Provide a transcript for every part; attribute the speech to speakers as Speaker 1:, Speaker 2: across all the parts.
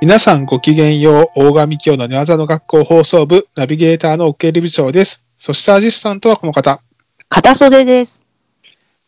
Speaker 1: 皆さんごきげんよう、大神教の寝技の学校放送部、ナビゲーターの奥入部長です。そしてアシスタントはこの方。
Speaker 2: 片袖です。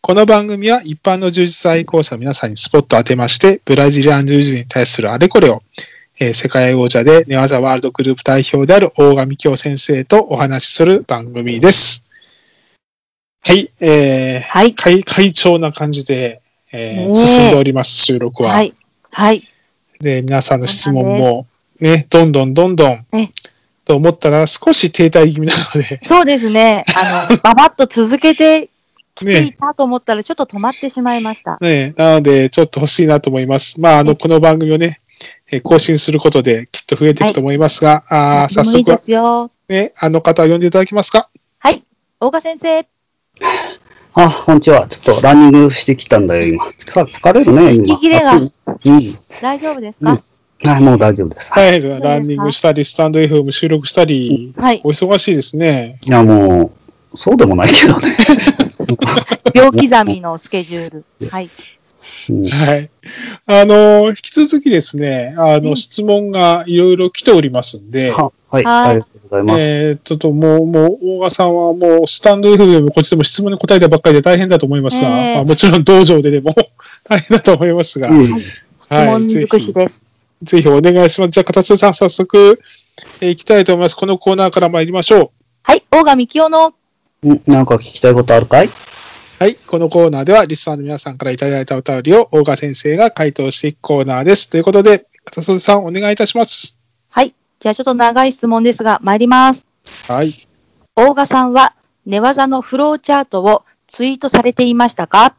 Speaker 1: この番組は一般の柔術愛好者の皆さんにスポットを当てまして、ブラジリアン柔術に対するあれこれを、えー世界王者で寝技ワールドグループ代表である大神教先生とお話しする番組です。はい、えー
Speaker 2: はい。
Speaker 1: 会会長な感じで、えー
Speaker 2: ねえ
Speaker 1: 進んでおります、収録は。
Speaker 2: はい。はい。
Speaker 1: で、皆さんの質問も、ね、どんどんどんどん
Speaker 2: ね、
Speaker 1: と思ったら少し停滞気味なので、
Speaker 2: そうですね。あの、ばばっと続けてきてい
Speaker 1: ね、
Speaker 2: たと思ったら、ちょっと止まってしまいました。
Speaker 1: ね、なので、ちょっと欲しいなと思います。まあ、あの、
Speaker 2: ね
Speaker 1: この番組をね、えー更新することできっと増えていくと思いますが、あー
Speaker 2: で
Speaker 1: 早
Speaker 2: もい
Speaker 1: 速
Speaker 2: いで
Speaker 1: は
Speaker 2: すよ。
Speaker 1: ね、あの方を呼んでいただけますか
Speaker 2: はい。大岡先生。
Speaker 3: あ、こんにちは。ちょっとランニングしてきたんだよ、今。疲疲れるね、今。
Speaker 2: 息切れが
Speaker 3: 暑い。
Speaker 2: 大丈夫ですか、
Speaker 3: うん。あ、もう大丈夫です。。
Speaker 1: はいい、ランニングしたり、スタンド FM 収録したり、
Speaker 2: はい
Speaker 1: お。忙しいですね。
Speaker 3: いや、もう、そうでもないけどね。
Speaker 2: 病刻みのスケジュール。はい。
Speaker 3: うん
Speaker 1: はい。あの、引き続きですね、あ
Speaker 2: う
Speaker 1: の、
Speaker 2: ん
Speaker 1: 質問がいろいろ来ておりますんで、
Speaker 3: ははい、
Speaker 2: はい
Speaker 3: ありがとうございます。
Speaker 1: えー、ちょっともう、もう、大賀さんはもう、スタンド FM もこっちでも質問に答えたばっかりで大変だと思いますが、
Speaker 2: えー
Speaker 1: まあ、もちろん道場ででも 大変だと思いますが、
Speaker 3: うん
Speaker 2: はい質問尽くしです。
Speaker 1: ぜひお願いします。じゃあ、片瀬さん、早速、えー行きたいと思います。このコーナーから参りましょう。
Speaker 2: はい。大神清の。
Speaker 3: うんなんか聞きたいことあるかい
Speaker 1: はい。このコーナーでは、リスナーの皆さんからいただいたお便りを、大賀先生が回答していくコーナーです。ということで、片瀬さん、お願いいたします。
Speaker 2: はい。じゃあちょっと長い質問ですが、参ります。
Speaker 1: はい。
Speaker 2: 大賀さんは寝技のフローチャートをツイートされていましたか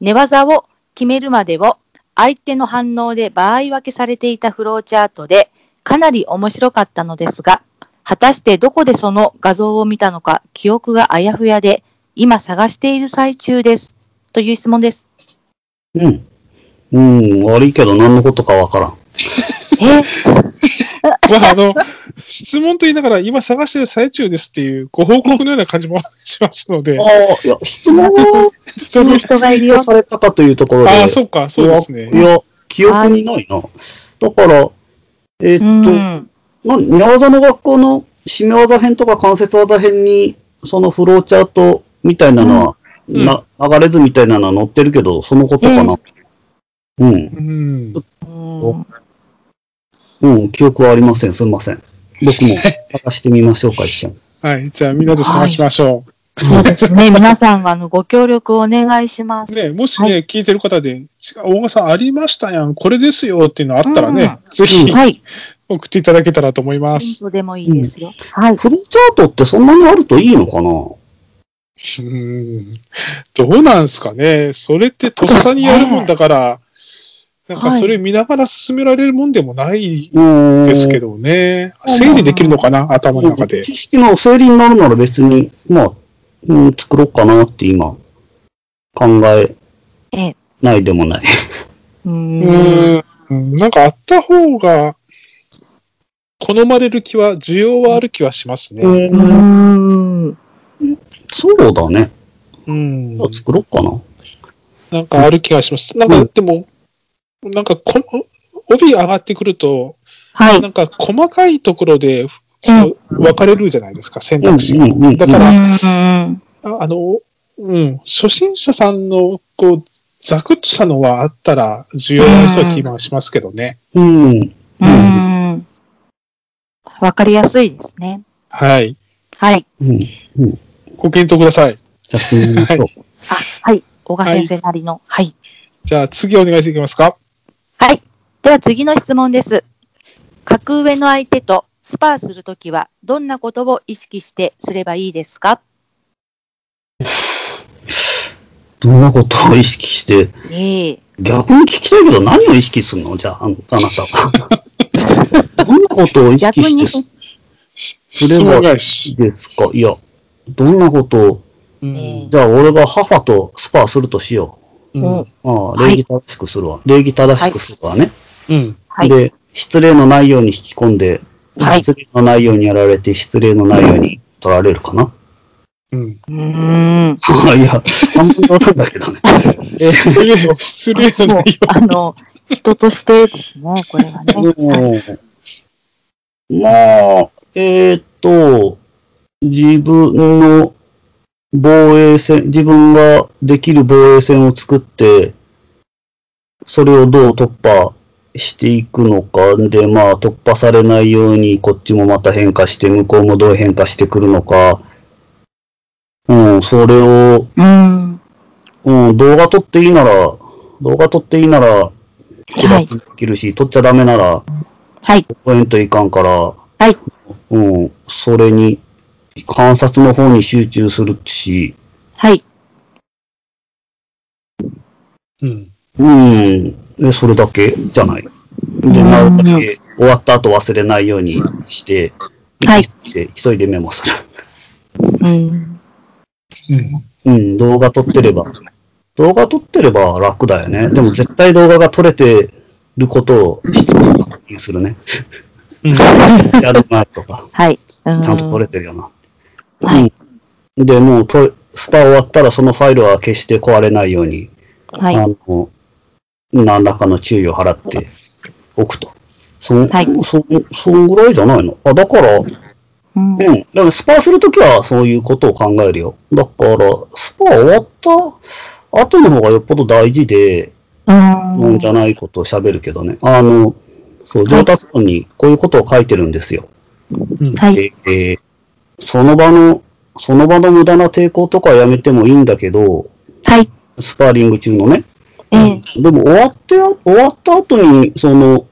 Speaker 2: 寝技を決めるまでを相手の反応で場合分けされていたフローチャートでかなり面白かったのですが、果たしてどこでその画像を見たのか記憶があやふやで、今探している最中です。という質問です。
Speaker 3: うん。うん、悪いけど何のことかわからん。
Speaker 2: え
Speaker 1: まあ、あの、質問と言いながら、今探している最中ですっていう、ご報告のような感じも しますので
Speaker 3: あ、あ、いや、質問を、
Speaker 2: てる人がいるよ
Speaker 3: 質問されたかというところで。
Speaker 1: ああ、そうか、そうです
Speaker 3: い
Speaker 1: ね。
Speaker 3: や、記憶にないな。だから、え
Speaker 2: う
Speaker 3: ーっと、
Speaker 2: ん。
Speaker 3: な寝技の学校の締め技編とか関節技編に、そのフローチャートみたいなのは、
Speaker 1: うん
Speaker 3: な流れ図みたいなのは載ってるけど、そのことかな。うん、
Speaker 1: うん。
Speaker 2: うん
Speaker 3: うん、記憶はありません。すいません。僕も探してみましょうか、一 緒に。
Speaker 1: はい。じゃあ、みんなで探しましょ
Speaker 2: そうです ね。皆さんがあのご協力をお願いしま
Speaker 1: う。
Speaker 2: す。
Speaker 1: ね、もしね、聞いてる方で、違う、大賀さんありましたやん、これですよっていうのあったらね、 ぜひ
Speaker 2: はい。
Speaker 1: 送っていただけたらと思います。
Speaker 2: 本当でもいいですよ。はい。
Speaker 3: フローチャートってそんなにあるといいのかな
Speaker 1: うん。どうなんすかね。それってとっさにやるもんだから、なんかそれ見ながら進められるもんでもない
Speaker 3: うん。
Speaker 1: ですけどね。整理できるのかな、頭の中で。
Speaker 3: 知識の整理になるなら別に、まあ、うん、作ろうかなって今、考え
Speaker 2: ええ。
Speaker 3: ないでもない。
Speaker 2: うーん。
Speaker 1: うーん、なんかあった方が、好まれる気は、需要はある気はしますね。
Speaker 2: うーん。
Speaker 3: そうだね。
Speaker 1: うん。
Speaker 3: じゃあ作ろうかな。
Speaker 1: なんかある気がします。なんか、
Speaker 3: うん
Speaker 1: でも、なんかこの、帯上がってくると、
Speaker 2: はい。
Speaker 1: なんか細かいところで、ちょっと分かれるじゃないですか、選択肢が。
Speaker 3: うんうんうん
Speaker 1: だから、
Speaker 2: う
Speaker 1: ああの、うん、初心者さんの、こう、ざくっとしたのはあったら、需要がありそうな気がしますけどね。
Speaker 3: うん。
Speaker 2: ーん。うーんわかりやすいですね。
Speaker 1: はい。
Speaker 2: はい。
Speaker 3: うん。
Speaker 1: ご検討ください。
Speaker 3: やってみましょう。
Speaker 2: あ、はい。小川先生なりの。はい。
Speaker 1: じゃあ、次お願いしていきますか。
Speaker 2: はい。では次の質問です。格上の相手とスパーするときは、どんなことを意識してすればいいですか
Speaker 3: どんなことを意識して、
Speaker 2: ええ。
Speaker 3: 逆に聞きたいけど何を意識するのじゃあ、あのあなたは。どんなことを意識してす
Speaker 1: 質問返し。
Speaker 3: ですかいや、どんなことを、
Speaker 1: うん
Speaker 3: じゃあ俺が母とスパーするとしよ
Speaker 1: うん
Speaker 3: う。ああ、
Speaker 2: はい
Speaker 3: 礼儀正しくするわ。礼儀正しくするわね。
Speaker 1: うん
Speaker 2: はい。
Speaker 3: で、失礼のないように引き込んで、
Speaker 2: はい
Speaker 3: 失礼のないようにやられて、失礼のないように取られるかな。
Speaker 1: うん
Speaker 2: うーん。
Speaker 3: いや、半分冗談だけどね。
Speaker 1: 失礼の、失礼の
Speaker 2: もう
Speaker 1: 内、
Speaker 2: あの、人としてですね、これはね。はい
Speaker 3: うんまあ、えーっと、自分の防衛線、自分ができる防衛線を作って、それをどう突破していくのかで、まあ突破されないようにこっちもまた変化して、向こうもどう変化してくるのか、うん、それを、
Speaker 2: うん。
Speaker 3: うん、動画撮っていいなら、動画撮っていいなら、
Speaker 2: はい。
Speaker 3: できるし、撮っちゃダメなら、
Speaker 2: はい。
Speaker 3: 応援といかんから、
Speaker 2: い
Speaker 3: うん、それに、観察の方に集中するし、
Speaker 2: はい。
Speaker 1: うん。
Speaker 3: うん、えそれだけじゃない。で、なるだけ、終わった後忘れないようにして、
Speaker 2: はい。
Speaker 3: して急いでメモす
Speaker 2: うん。
Speaker 1: うん。
Speaker 3: る。うん、動画撮ってれば、動画撮ってれば楽だよね。でも絶対動画が撮れてることを必要確認するね。
Speaker 1: うん。
Speaker 3: やる前とか。
Speaker 2: はい。ち
Speaker 3: ちゃんと取
Speaker 2: れ
Speaker 3: れてるよな。
Speaker 2: は
Speaker 3: うん。で、もうと、スパ終わったらそのファイルは決して壊れないように、
Speaker 2: はい。
Speaker 3: あの、何らかの注意を払っておくと。そん、
Speaker 2: はい
Speaker 3: そ、そんぐらいじゃないのあ、だから、うん。
Speaker 2: うん
Speaker 3: だからスパするときはそういうことを考えるよ。だから、スパ終わった後の方がよっぽど大事で、もんじゃないことを喋るけどね。あの、そう、上達論にこういうことを書いてるんですよ。
Speaker 1: うん。
Speaker 2: はい。
Speaker 3: えーその場の、その場の無駄な抵抗とかはやめてもいいんだけど、
Speaker 2: はい。
Speaker 3: スパーリング中のね。
Speaker 2: ええ。
Speaker 3: でも終わって、終わった後に、その、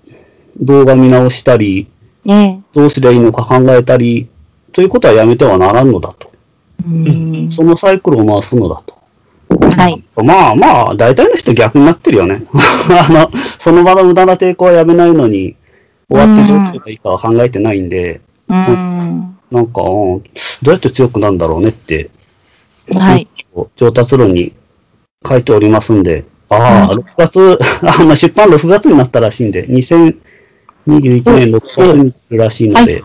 Speaker 3: 動画見直したり、
Speaker 2: ええ。
Speaker 3: どうすりゃいいのか考えたり、ということはやめてはならんのだと。
Speaker 2: うん。
Speaker 3: そのサイクルを回すのだと。
Speaker 2: はい。
Speaker 3: まあまあ、大体の人逆になってるよね。 あの、その場の無駄な抵抗はやめないのに、終わってどうすればいいかは考えてないんで、
Speaker 2: うん。
Speaker 3: なんか、うんどうやって強くなるんだろうねって、
Speaker 2: はい。
Speaker 3: 上達論に書いておりますんで、ああ、
Speaker 2: うん
Speaker 3: 6月、 あまあ出版6月になったらしいんで、2021年6月になるらしいので、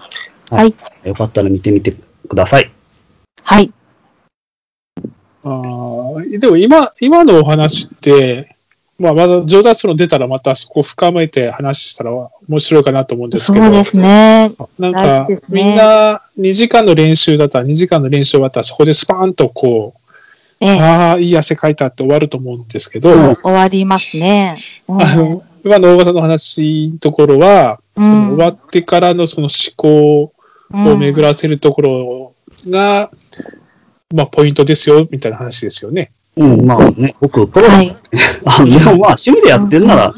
Speaker 2: はいはい
Speaker 3: よかったら見てみてください。
Speaker 2: はい。
Speaker 1: あーでも今、今のお話って、まあ、まだ上達論出たらまたそこ深めて話したら面白いかなと思うんですけど、
Speaker 2: そうですね。
Speaker 1: なんか、
Speaker 2: 大事ですね
Speaker 1: みんな2時間の練習だったら2時間の練習終わったらそこでスパーンとこう、
Speaker 2: ええ。
Speaker 1: ああ、いい汗かいたって終わると思うんですけど、
Speaker 3: うん
Speaker 2: 終わりますね。うん
Speaker 1: あの、今の大川さんの話のところは、
Speaker 2: うん
Speaker 1: その終わってからのその思考を巡
Speaker 2: ら
Speaker 1: らせるところが、まあ、ポイントですよ、みたいな話ですよね。
Speaker 3: うん、まあね、僕、プロ、
Speaker 2: はい。
Speaker 3: あのでもまあ趣味でやってんなら、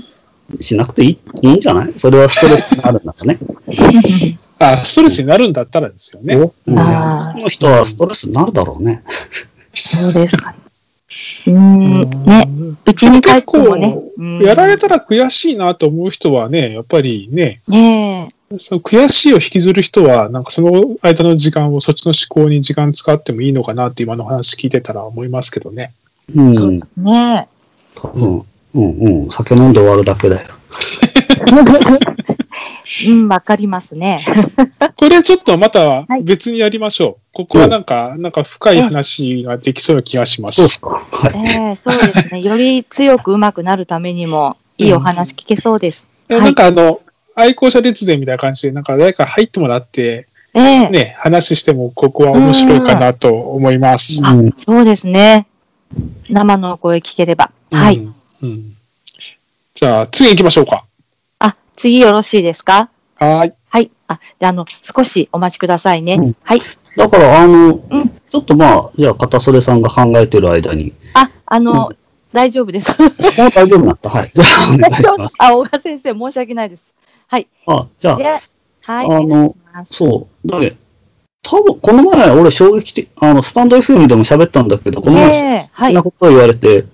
Speaker 3: しなくていいいいんじゃないそれはストレスになるんだからね。
Speaker 1: あストレスになるんだったらですよ ね。
Speaker 3: うん、
Speaker 2: ああ
Speaker 3: この人はストレスになるだろうね。
Speaker 2: そうですか。うん。ね。うちに帰ってもね。うん
Speaker 1: やられたら悔しいなと思う人はね、やっぱりね、
Speaker 2: ね
Speaker 1: その悔しいを引きずる人は、なんかその間の時間をそっちの思考に時間使ってもいいのかなって今の話聞いてたら思いますけどね。
Speaker 3: うん、
Speaker 2: え。ね
Speaker 3: 多分、うん、うん、酒飲んで終わるだけだよ。
Speaker 2: え。うん、わかりますね。
Speaker 1: これちょっとまた
Speaker 2: はい
Speaker 1: 別にやりましょう。ここはなんか、なんか深い話ができそうな気がしま
Speaker 3: そうです
Speaker 1: す。
Speaker 3: か。はい。
Speaker 2: ええ、そうですね。より強く上手くなるためにも、いいお話聞けそうです。
Speaker 1: えなんかあの、愛好者列伝みたいな感じで、なんか誰か入ってもらって、
Speaker 2: ええ。
Speaker 1: ね、話してもここは面白いかなと思います。
Speaker 2: あ
Speaker 3: うん、
Speaker 2: そうですね。生のお声聞ければ。は
Speaker 1: う
Speaker 2: い。
Speaker 1: ん。うんじゃあ、次行きましょうか。
Speaker 2: あ、次よろしいですか
Speaker 1: はーい。
Speaker 2: はい。あ、で、あの、少しお待ちくださいね
Speaker 3: うん。
Speaker 2: はい。
Speaker 3: だから、あの、
Speaker 2: ん
Speaker 3: ちょっとまあ、じゃあ、片袖さんが考えてる間に。
Speaker 2: あ、あの、大丈夫です。
Speaker 3: もう 大丈夫になった。はい。じゃあ、お願いし ます。
Speaker 2: あ、小川先生、申し訳ないです。
Speaker 3: あ、じゃあ
Speaker 2: で、、はい。
Speaker 3: あの
Speaker 2: お願いします
Speaker 3: そう。だけ多分、この前、俺、衝撃的、あの、スタンド FM でも喋ったんだけど、この前、
Speaker 2: ねえ
Speaker 3: そ
Speaker 2: は
Speaker 3: ん
Speaker 2: い
Speaker 3: な。ことを言われて、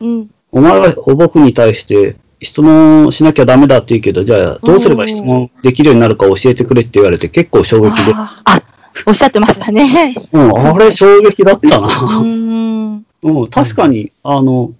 Speaker 2: うん。
Speaker 3: お前は僕に対して、質問しなきゃダメだって言うけど、じゃあ、どうすれば質問できるようになるか教えてくれって言われて、結構衝撃で。
Speaker 2: あ、あおっしゃってましたね。
Speaker 3: うん、あれ衝撃だったな。
Speaker 2: うーん。
Speaker 3: うん、確かに、あの、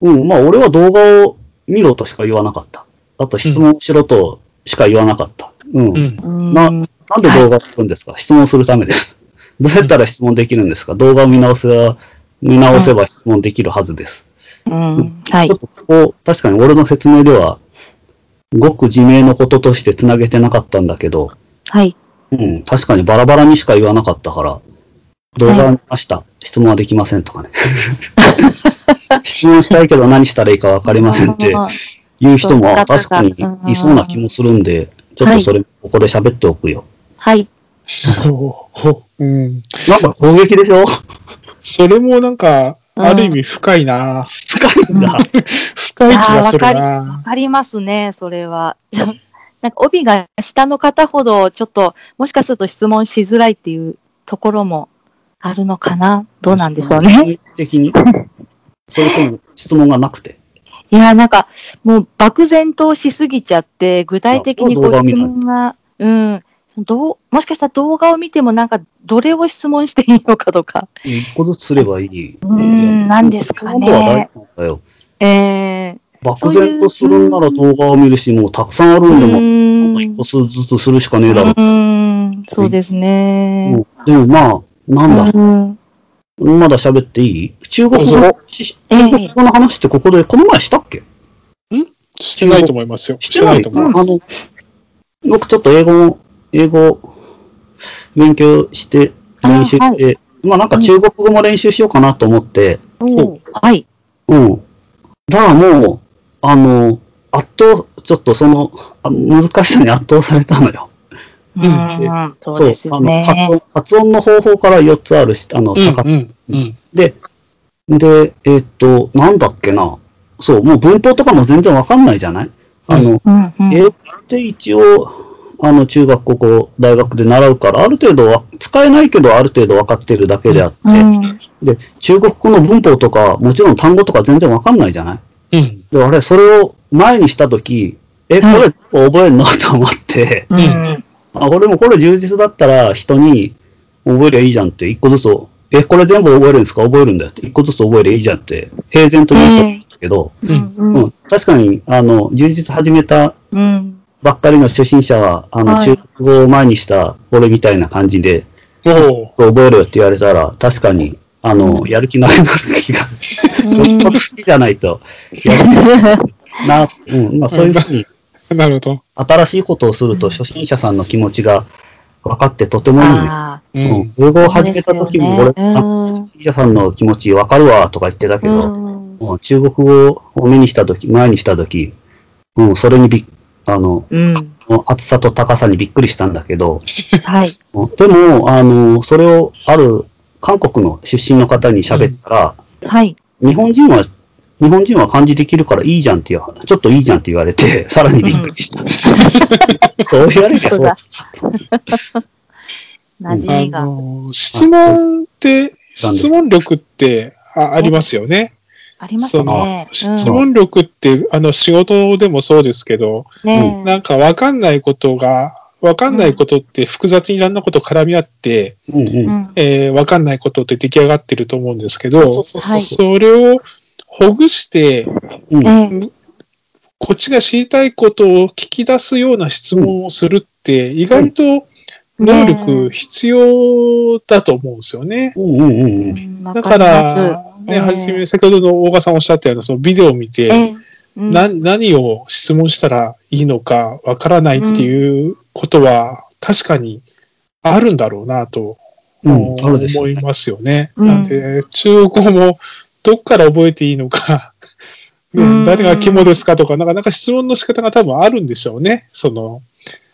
Speaker 3: うん、まあ俺は動画を見ろとしか言わなかった。あと質問しろとしか言わなかった。うん。
Speaker 1: うん。
Speaker 2: うん
Speaker 3: まあ、 なんで動画を撮るんですか、質問するためです。どうやったら質問できるんですか動画を見直せば、見直せば質問できるはずです。
Speaker 2: うん。はい
Speaker 3: ちょ。っとここ、確かに俺の説明では、ごく自明のこととしてつなげてなかったんだけど、
Speaker 2: はい。
Speaker 3: うん、確かにバラバラにしか言わなかったから、動画見ました、質問はできませんとかね。質問したいけど何したらいいかわかりませんって
Speaker 2: あ
Speaker 3: 言う人も、
Speaker 2: そう
Speaker 3: あ確かにいそうな気もするんで、ちょっとそれ、ここで喋っておくよ。
Speaker 2: はい。
Speaker 1: うん。
Speaker 3: なんか攻撃でしょ
Speaker 1: それもなんか、ある意味深いな。
Speaker 3: 深いんだ。
Speaker 1: 深い気がする
Speaker 2: わ
Speaker 1: な。
Speaker 2: かりますね、それは。 なんか帯が下の方ほど、ちょっと、もしかすると質問しづらいっていうところもあるのかな。どうなんでしょうね。。
Speaker 3: 的に。それとも質問がなくて。
Speaker 2: いや、なんか、もう漠然としすぎちゃって、具体的にこ
Speaker 3: いや
Speaker 2: う
Speaker 3: そう動
Speaker 2: 質
Speaker 3: 画見
Speaker 2: 問が、うん。そのどうもしかしたら動画を見ても、なんか、どれを質問していいのかとか。
Speaker 3: 一個ずつすればいい。
Speaker 2: うーんなんですかね
Speaker 3: そういうことは大事なんだよ。
Speaker 2: えー、
Speaker 3: 漠然とするんなら動画を見るし、もうたくさんある
Speaker 2: うん
Speaker 3: でも、
Speaker 2: ー
Speaker 3: 一
Speaker 2: ん。
Speaker 3: 個ずつするしかねえだろ
Speaker 2: うーん、そうですね。
Speaker 3: う。でもまあ、なんだ、
Speaker 2: うん
Speaker 3: まだ喋っていい中国
Speaker 1: どう
Speaker 3: 語、し中国語の話ってここで、この前したっけ
Speaker 1: してないと思いますよ。してないと思
Speaker 3: う
Speaker 1: うん
Speaker 3: あの、僕ちょっと英語も、英語勉強して、練習して、まあなんか中国語も練習しようかなと思って、
Speaker 2: おーはい。
Speaker 3: うん。だからもう、あの、圧倒、ちょっとその、あ難しさに圧倒されたのよ。
Speaker 2: うんん、そうですよ
Speaker 3: あの
Speaker 2: ね。
Speaker 3: 発音、発音の方法から4つあるし、あの、高
Speaker 1: うん。うん。
Speaker 3: で、で、えーっと、なんだっけな。そう、もう文法とかも全然わかんないじゃないあの、
Speaker 2: うんうん
Speaker 3: 英語って一応、あの、中学、高校、大学で習うから、ある程度は、使えないけど、ある程度分かってるだけであって、
Speaker 2: うん
Speaker 3: で、中国語の文法とか、もちろん単語とか全然わかんないじゃない
Speaker 1: うん。
Speaker 3: で、あれ、それを前にしたとき、え、こ
Speaker 2: は
Speaker 3: れ覚えんのと思って、
Speaker 2: うんうん
Speaker 3: あ、俺もこれ充実だったら人に覚えりゃいいじゃんって、一個ずつ、え、これ全部覚えるんですか覚えるんだよって、一個ずつ覚えりゃいいじゃんって、平然と言うと思うんだけど、
Speaker 2: うんう
Speaker 3: うんん、確かに、あの、充実始めた
Speaker 2: うん
Speaker 3: ばっかりの初心者は、あの、
Speaker 2: はい
Speaker 3: 中国語を前にした俺みたいな感じで、
Speaker 1: おお。
Speaker 3: そう覚えるよって言われたら、確かに、あの、やる気ないなる気が、ちょっと好きじゃないと、やる気な、うん、まあそういうふうに、
Speaker 1: なるほど。
Speaker 3: 新しいことをすると初心者さんの気持ちが分かってとてもいいね。
Speaker 2: あ
Speaker 1: う
Speaker 3: うんん。。英語を
Speaker 2: ーそうで
Speaker 3: 始め
Speaker 2: す
Speaker 3: た
Speaker 2: よ
Speaker 3: 時
Speaker 2: ね
Speaker 3: に俺、
Speaker 2: う
Speaker 3: あ
Speaker 2: ん
Speaker 3: 初心者さんの気持ち分かるわとか言ってたけ
Speaker 2: う
Speaker 3: ど、
Speaker 2: ん
Speaker 3: もう中国語を目にした時、前にした時、うん、それにびっあの、
Speaker 2: うん
Speaker 3: 厚さと高さにびっくりしたんだけど、
Speaker 2: はい。
Speaker 3: うんでも、あの、それをある韓国の出身の方に喋ったら、
Speaker 2: はい。
Speaker 3: 日本人は、日本人は漢字できるからいいじゃんっていう、ちょっといいじゃんって言われて、 さらにびっくりした。そう言われて、
Speaker 2: そう
Speaker 3: そう
Speaker 2: だ。 馴染み
Speaker 1: あ
Speaker 2: が。
Speaker 1: の質問って、
Speaker 3: なんで
Speaker 1: 質問力ってあありますよね。
Speaker 2: ありますね。うん
Speaker 1: 質問力って、あの、仕事でもそうですけど、
Speaker 2: ね
Speaker 1: なんかわかんないことが、わかんないことって複雑にいろんなこと絡み合って、
Speaker 3: うんうん。
Speaker 2: うん
Speaker 1: えーわかんないことって出来上がってると思うんですけど、
Speaker 3: そう
Speaker 2: はい
Speaker 1: それをほぐして、
Speaker 3: うん
Speaker 2: ええ
Speaker 1: こっちが知りたいことを聞き出すような質問をするって、意外と能力必要だと思うんですよね。
Speaker 3: うんうんうんうん。
Speaker 2: うんわ
Speaker 1: だか
Speaker 2: かります
Speaker 1: ら、
Speaker 2: ええ
Speaker 1: ね、はじめ、先ほどの大賀さんおっしゃったような、そのビデオを見て、
Speaker 2: ええうん
Speaker 1: な何を質問したらいいのかわからないっていうことは確かにあるんだろうなと
Speaker 3: うん、あるでしょ
Speaker 1: 思
Speaker 3: う、
Speaker 1: い
Speaker 3: ね。
Speaker 1: ますよね。
Speaker 2: うん
Speaker 1: なんで中国語もどっから覚えていいのか、ね
Speaker 2: うん
Speaker 1: 誰が肝ですかとか、なかなか質問の仕方が多分あるんでしょうね。その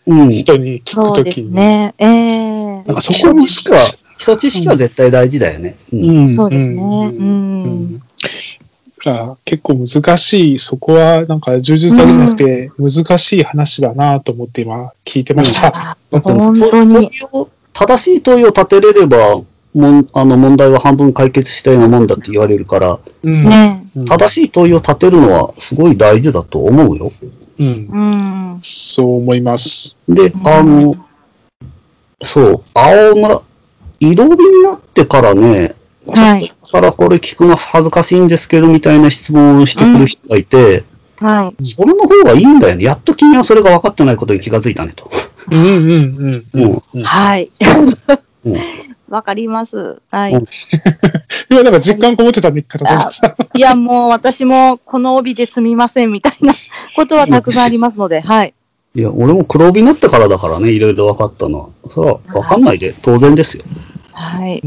Speaker 3: うん。基
Speaker 1: 人に聞く
Speaker 2: そう
Speaker 1: と
Speaker 2: で
Speaker 1: き
Speaker 2: す
Speaker 1: に。
Speaker 2: ね。ええ
Speaker 1: なんかそこ
Speaker 3: 礎
Speaker 1: も
Speaker 3: 知識は、基礎知識は絶対大事だよね。うん。
Speaker 1: ん
Speaker 2: そうです
Speaker 1: う
Speaker 2: ね。
Speaker 1: ん
Speaker 2: うん
Speaker 1: うんだから結構難しい、そこはなんか充実だけじゃなくて難しい話だなと思って今聞いてました。
Speaker 2: 本当に。
Speaker 3: 問いを正しい問いを立てれれば、もんあの問題は半分解決したようなもんだって言われるから、
Speaker 1: うん
Speaker 2: ね
Speaker 1: うん
Speaker 3: 正しい問いを立てるのはすごい大事だと思うよ。
Speaker 1: うん、
Speaker 2: うん。
Speaker 1: そう思います。
Speaker 3: で、あの、そう、青村、色帯になってからね、
Speaker 2: はい。
Speaker 3: だからこれ聞くの恥ずかしいんですけどみたいな質問をしてくる人がいて、
Speaker 2: はい。
Speaker 3: それの方がいいんだよね。やっと君はそれが分かってないことに気がついたねと。
Speaker 1: うんうんうん
Speaker 3: うん
Speaker 1: うん。
Speaker 2: はい。
Speaker 3: うん
Speaker 2: わかります。はい。
Speaker 3: うん
Speaker 1: 今なんか実感こもってたね、片瀬さん。
Speaker 2: いや、もう私もこの帯ですみませんみたいなことはたくさんありますので、はい。
Speaker 3: いや、俺も黒帯になってからだからね、いろいろ分かったのは。それは分かんないで、当然ですよ。
Speaker 2: はい。